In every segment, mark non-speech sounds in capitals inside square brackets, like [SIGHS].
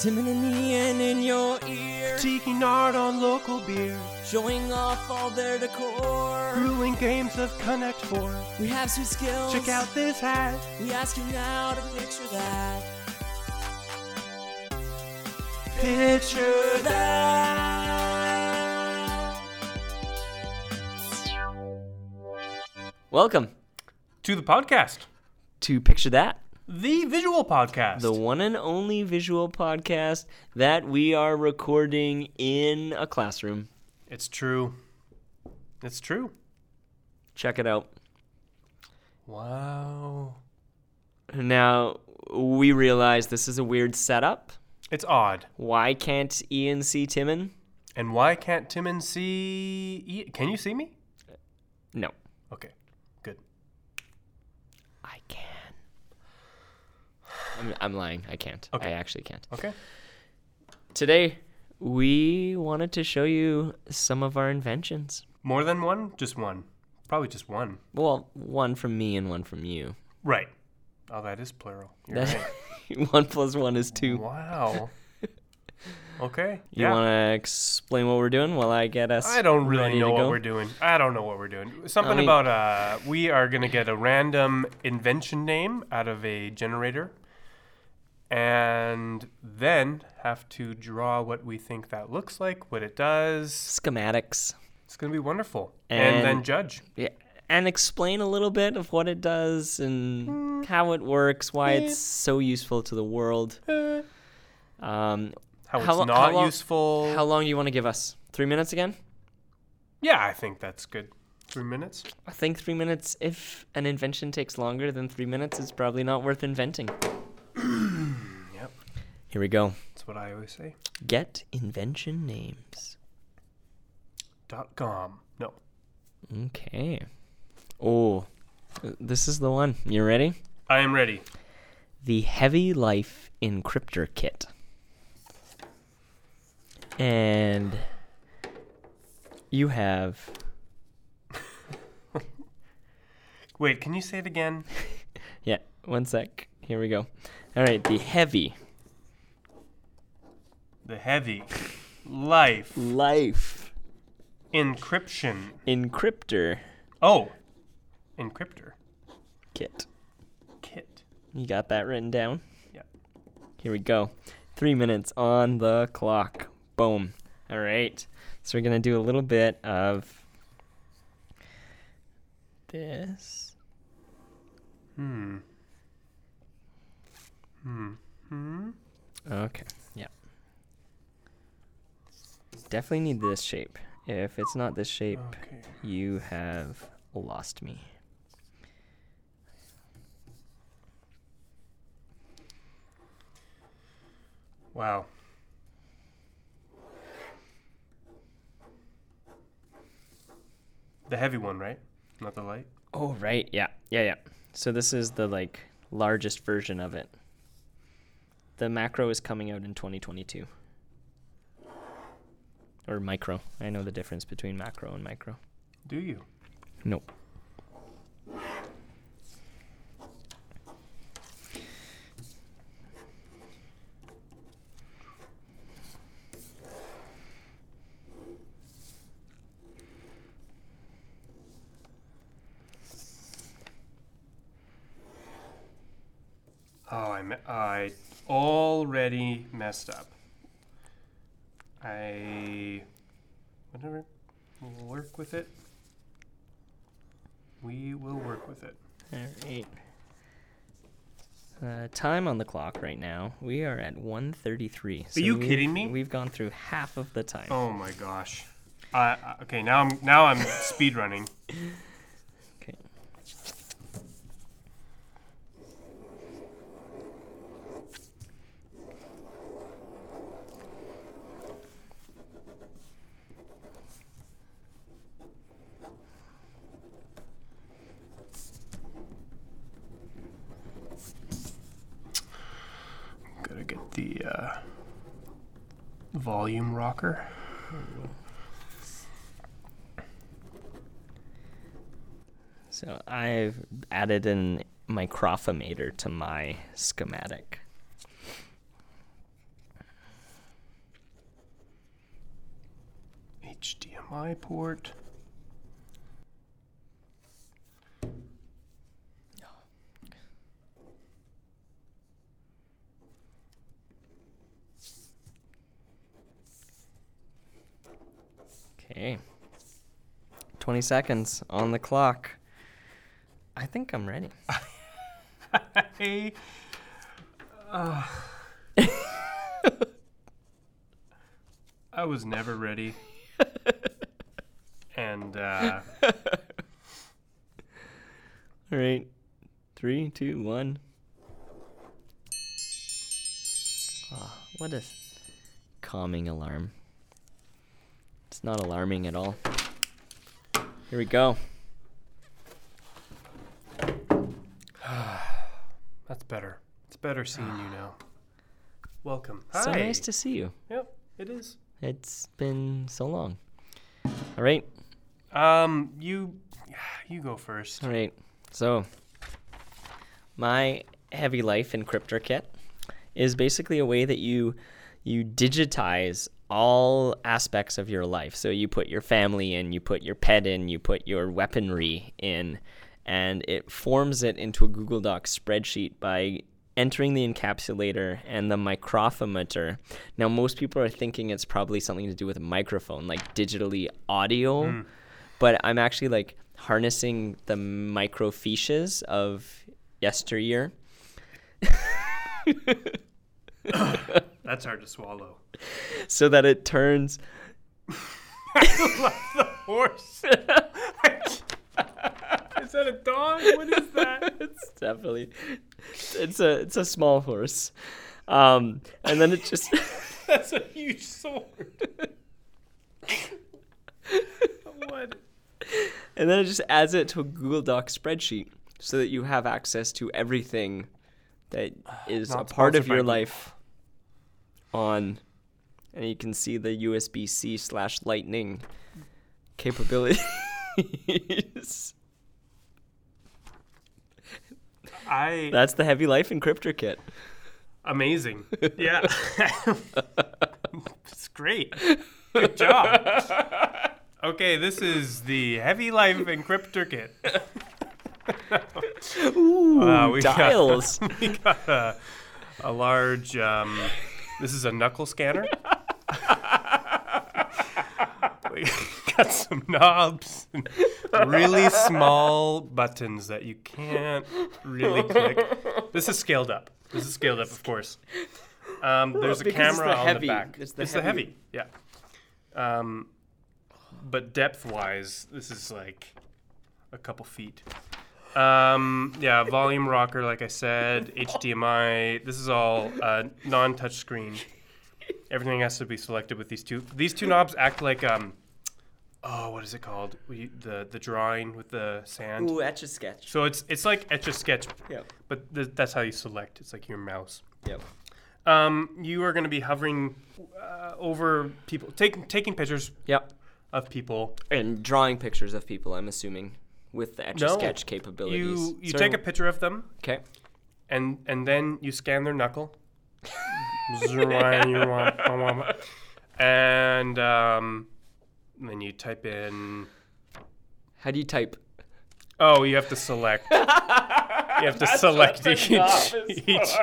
Timon and Ian in your ear, Seeking art on local beer, showing off all their decor. brewing games of Connect Four. We have sweet skills. Check out this hat. We ask you now to picture that. Picture that. Welcome to the podcast, to Picture That, the visual podcast. the one and only visual podcast that we are recording in a classroom. it's true. It's true. Check it out. Wow. Now, we realize this is a weird setup. It's odd. Why can't Ian see Timon? And why can't Timon see? E- Can you see me? No. Okay, good. I can. I'm, I'm lying. I can't. I Okay. actually can't. Okay. Today, we wanted to show you some of our inventions. More than one? Just one? Probably just one. Well, one from me and one from you. [LAUGHS] Right. Oh, that is plural. You're right. one plus one is two. Wow. Okay. You want to explain what we're doing while I get us? I don't ready really to know what go? we're doing. I don't know what we're doing. Something I mean- about uh, we are gonna get a random invention name out of a generator, and then have to draw what we think that looks like, what it does. schematics. It's gonna be wonderful, and, then And- judge. Yeah. And explain a little bit of what it does and how it works, why it's so useful to the world. Uh, Um, how it's How lo- not how lo- useful. how long do you want to give us? Three minutes again? yeah, I think that's good. Three minutes. I think three minutes. If an invention takes longer than three minutes, it's probably not worth inventing. Yep, Here we go. that's what I always say. Get invention names. Dot com. No. Okay. Oh, this is the one. You ready? I am ready. The Heavy Life Encryptor Kit. And you have Wait, can you say it again? yeah. One sec. Here we go. All right. The Heavy The heavy life Life encryption. Encryptor Oh, encryptor Kit. kit. You got that written down? Yep. Here we go. Three minutes on the clock. Boom. All right. So we're going to do a little bit of this. Hmm. Hmm. Hmm. Okay. Yeah. Definitely need this shape. If it's not this shape, Okay. you have lost me. Wow. The heavy one, right? Not the light. Oh, right. Yeah. Yeah, yeah. So this is the like largest version of it. The macro is coming out in 2022. Or micro. I know the difference between macro and micro. Do you? Nope. Oh, I me- I already messed up. I whatever. We'll work with it. We will work with it. All right. Uh, time on the clock right now. We are at 1:33. so you we've- kidding me? We've gone through half of the time. Oh my gosh. I I- okay, now I'm now I'm speed running. Okay. Gotta get the uh, volume rocker. So I've added an microphomator to my schematic. HDMI port. [LAUGHS] Okay. 20 seconds on the clock. I think I'm ready. [LAUGHS] Hey. I was never [LAUGHS] ready. and uh, All right. Three, two, one. Ah, what a calming alarm. It's not alarming at all. Here we go. that's better. It's better seeing you now. Welcome. So Hi. nice to see you. Yep, it is. It's been so long. All right. Um, you, you go first. All right. So, my heavy life in CryptoKit is basically a way that you you digitize all aspects of your life. So you put your family in, you put your pet in, you put your weaponry in, and it forms it into a Google Doc spreadsheet by entering the encapsulator and the microphometer. Now most people are thinking it's probably something to do with a microphone, like digitally audio but I'm actually like harnessing the microfiches of yesteryear. That's hard to swallow. so that it turns Horse. [LAUGHS] is that a dog? What is that? it's definitely it's a it's a small horse um and then it just [LAUGHS] [LAUGHS] That's a huge sword. what? and then it just adds it to a google doc spreadsheet so that you have access to everything [SIGHS] that is Not a part sponsored of by your Google. life on and you can see the usb-c slash lightning [LAUGHS] capabilities I That's the heavy life in CryptoKit. amazing. Yeah. it's great. Good job. Okay, this is the Heavy Life Encryptor Kit. Ooh, Uh, we got- dials. [LAUGHS] We got a, a large. Um, this is a knuckle scanner. [LAUGHS] we got some knobs, and really small buttons that you can't really click. This is scaled up. This is scaled up, of course. Um, there's a Because it's camera the on heavy. the back. It's the it's the heavy. Yeah. Um, but depth-wise, this is like a couple feet. Um, yeah, volume rocker, like I said, HDMI. This is all uh, non-touch screen. Everything has to be selected with these two. These two knobs act like um, oh, what is it called? We, the the drawing with the sand. Ooh, etch a sketch. So it's it's like Etch a Sketch, Yep. but th- that's how you select. It's like your mouse. Yep. Um, you are going to be hovering uh, over people, taking taking pictures Yep. of people. And drawing pictures of people, I'm assuming, with the etch a sketch capabilities. You you Sorry, take a picture of them, Okay. and and then you scan [LAUGHS] their knuckle. and um, then you type in. How do you type? Oh, you have to select. you have to select the each, knob is [LAUGHS] each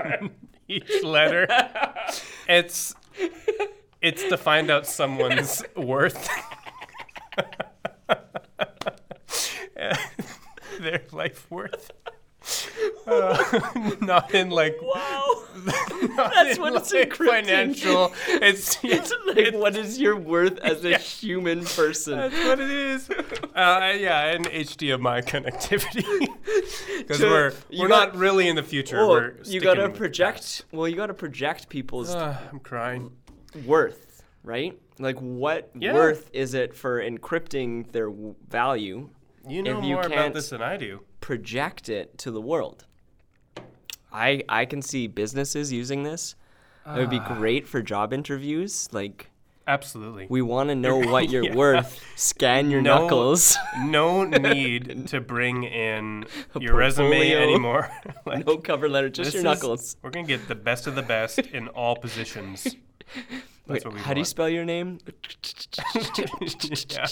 each letter. It's it's to find out someone's worth. [LAUGHS] Their life worth. [LAUGHS] Uh, not in like Wow. not That's in what it's like encrypting. financial. It's [LAUGHS] [LAUGHS] it's like, what is your worth as a human person? That's what it is. Uh, yeah, and [LAUGHS] HDMI connectivity. Because So we're, you we're got- not really in the future. Oh, we're you gotta sticking with- project. Well, you gotta project people's Ah, I'm crying. worth, right? Like, what Yeah. worth is it for encrypting their w- value? You know If you more about can't- this than I do. project it to the world. I I can see businesses using this. it would be Ah. great for job interviews. Like Absolutely. we want to know [LAUGHS] what you're Yeah. worth. Scan your No. [LAUGHS] knuckles. [LAUGHS] no need to bring in A your resume portfolio. [LAUGHS] anymore. [LAUGHS] like, no cover letter, just this your is- knuckles. [LAUGHS] We're going to get the best of the best in all positions. [LAUGHS] That's Wait, what we how do you want. spell your name? [LAUGHS] [LAUGHS] Yeah.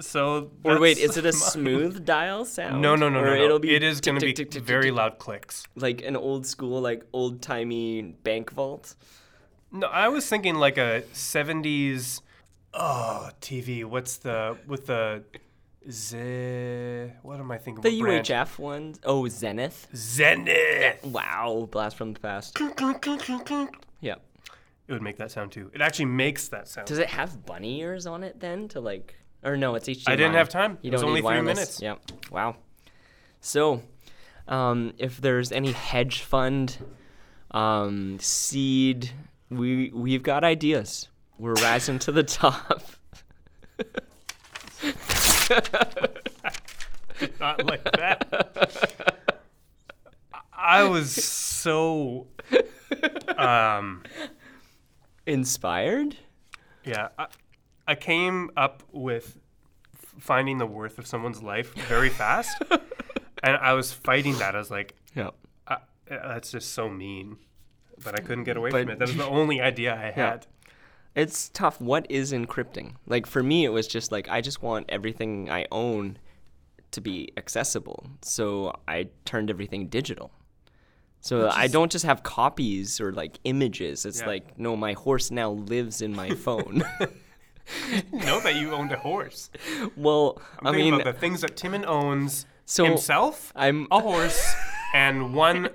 So Or wait, is that's it a [LAUGHS] my- smooth dial sound? No, no, no, or no. no. It'll be it is tick, going to tick, be tick, tick, tick, very tick. loud clicks. like an old school, like old timey bank vault. No, I was thinking like a '70s. Oh, TV. What's the with the z? What am I thinking? The What brand? UHF ones. Oh, Zenith. Zenith. Wow, blast from the past. Yeah. It would make that sound too. It actually makes that sound. Does it have bunny ears on it then to like? Or no, it's HDMI. I didn't have time. You It was don't only need three wireless. minutes. Yep. Wow. So, um, if there's any hedge fund, um, seed, we we've got ideas. We're rising to the [LAUGHS] top. Not like that. [LAUGHS] I was so um Inspired? yeah, I, I came up with f- finding the worth of someone's life very [LAUGHS] fast. and I was fighting that. I was like, Yep. I, that's just so mean. But I couldn't get away from But- it. That [LAUGHS] was the only idea I had. It's tough. What is encrypting? Like for me, it was just like I just want everything I own to be accessible. So I turned everything digital. So I don't just have copies or like images. It's Yeah. like no, my horse now lives in my [LAUGHS] phone. know that you owned a horse. [LAUGHS] well, i Think mean, about the things that Timon owns So, himself, I'm- a horse, and one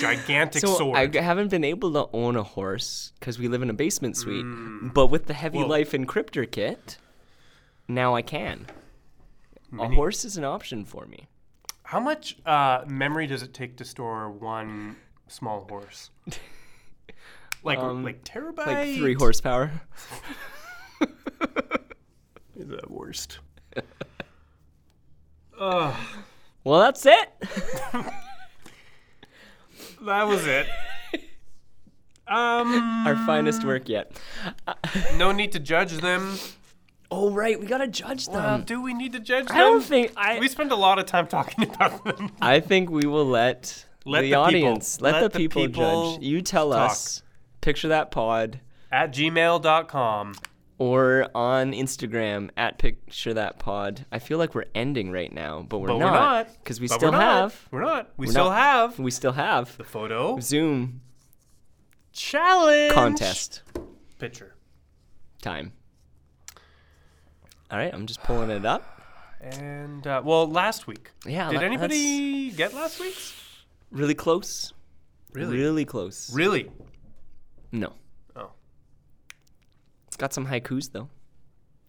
gigantic so sword. I g- haven't been able to own a horse because we live in a basement suite. But with the Heavy Mm. Whoa. Life Encryptor kit, now I can. A Mini- horse is an option for me. How much uh, memory does it take to store one small [LAUGHS] horse? Like like terabyte? Um, Like three horsepower. The worst. [LAUGHS] Ugh, Well, that's it. that was it. Um, Our finest work yet. no need to judge them. Oh right, we gotta judge them. Uh, do we need to judge them? Um, I don't think I. we spend a lot of time talking [LAUGHS] about them. I think we will let, Let the, the people- audience, let, let the the people, people judge. You tell talk. us. Picture that pod, At gmail.com. or on Instagram at picture that pod. I feel like we're ending right now, but we're But we're not not. because we But still we're not. have. We're not. We we're still not- have We still have the photo Zoom challenge contest picture. time. All right, I'm just pulling it up. And uh, well, last week. Yeah, Did la- anybody get last week's? Really close. Really close. Really? no. Oh. It's got some haikus though.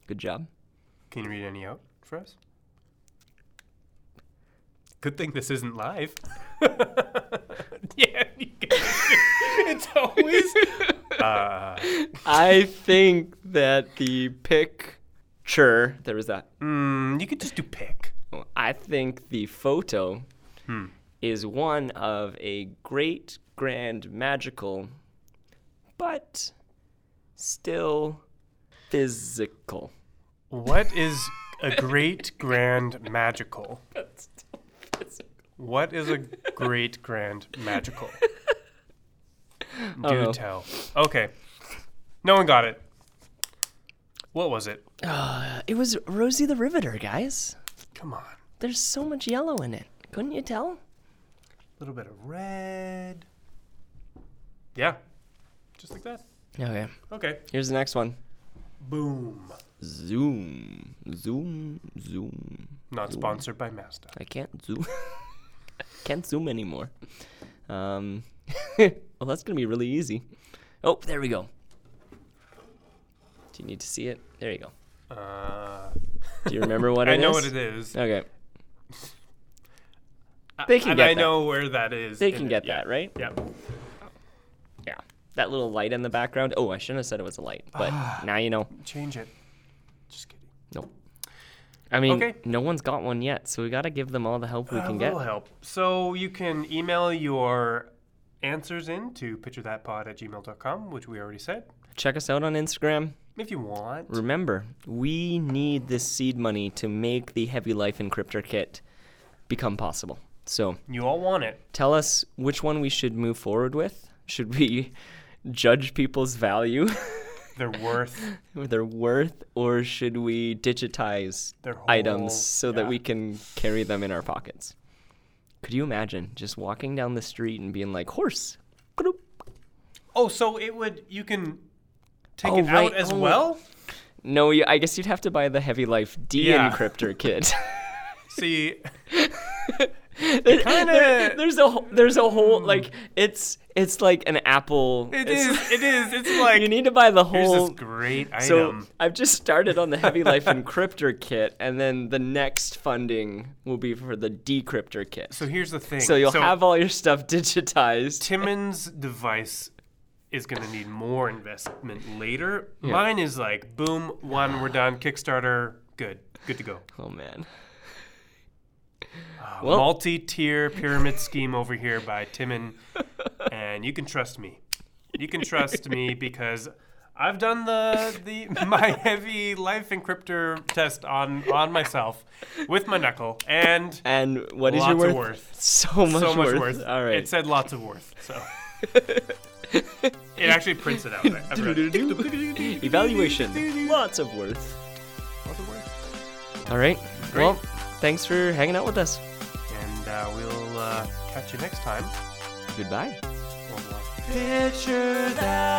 Good job. Can you read any out for us? Good thing this isn't live. [LAUGHS] yeah. you can- it's always. [LAUGHS] Uh, I think that the picture there was that. mm, you could just do pick. I think the photo is one of a great, grand, magical, but still physical. What is a great, grand, magical? What is a great, grand, magical? Do know. tell. Okay. No one got it. What was it? Uh, It was Rosie the Riveter, guys. Come on. A There's so much yellow in it. Couldn't you tell? little bit of red. Yeah. Just like that. Okay. Okay. Here's the next one. Boom. Zoom. Zoom. Zoom. Not sponsored by Mazda. I can't zoom. [LAUGHS] can't zoom anymore. Um, [LAUGHS] well, that's gonna be really easy. Oh, there we go. Do you need to see it? There you go. Uh, Do you remember what [LAUGHS] I it is? know what it is. Okay, They can and get I that. know where that is. they in can it. get Yeah. that right. Yeah. Yeah, that little light in the background. Oh, I shouldn't have said it was a light, [SIGHS] but now you know. Change it. Just kidding. Nope. I mean, Okay. Uh, no one's got one yet, so we gotta give them all the help we A can get. little help. So you can email your answers in to picturethatpod at gmail.com, which we already said. Check us out on Instagram. If you want, Remember, we need this seed money to make the Heavy Life Encryptor kit become possible. So you all want it. tell us which one we [LAUGHS] should move forward with. Should we judge people's value, [LAUGHS] Their worth. their worth, or should we digitize Their whole, items so that yeah. we can carry them in our pockets? Could you imagine just walking down the street and being like horse? Kroop. Oh, so it would. You can take Oh, it right. out as Oh. well. No, you, I guess you'd have to buy the heavy life de Yeah. encryptor [LAUGHS] kit. [LAUGHS] See, There- kinda- Hmm. there- there's a wh- there's a whole like it's it's like an Apple. [LAUGHS] it it's- is. It is. It's like You need to buy the here's whole this great So item. I've just started on the [LAUGHS] Heavy Life Encryptor kit, and then the next funding will be for the Decryptor kit. So, here's the thing. So you'll have all your stuff digitized. Timmons' device is going to need more investment later. Mine is like boom, one, we're done. Kickstarter, good, good to go. Oh man. Uh, Ah, Well- multi-tier pyramid scheme over here by Timon, and you can trust me. You can trust me because I've done the the my [LAUGHS] heavy life encryptor test on on myself with my knuckle and And what is lots your worth? of worth. So much, so much worth. worth. All right. It said lots of worth. [LAUGHS] So it actually prints it out. I- [LAUGHS] I've read it. Evaluation. Lots of worth. Lots of worth. All right. Great. Well, thanks for hanging out with us. And uh, we'll uh, catch you next time. Goodbye. Picture that.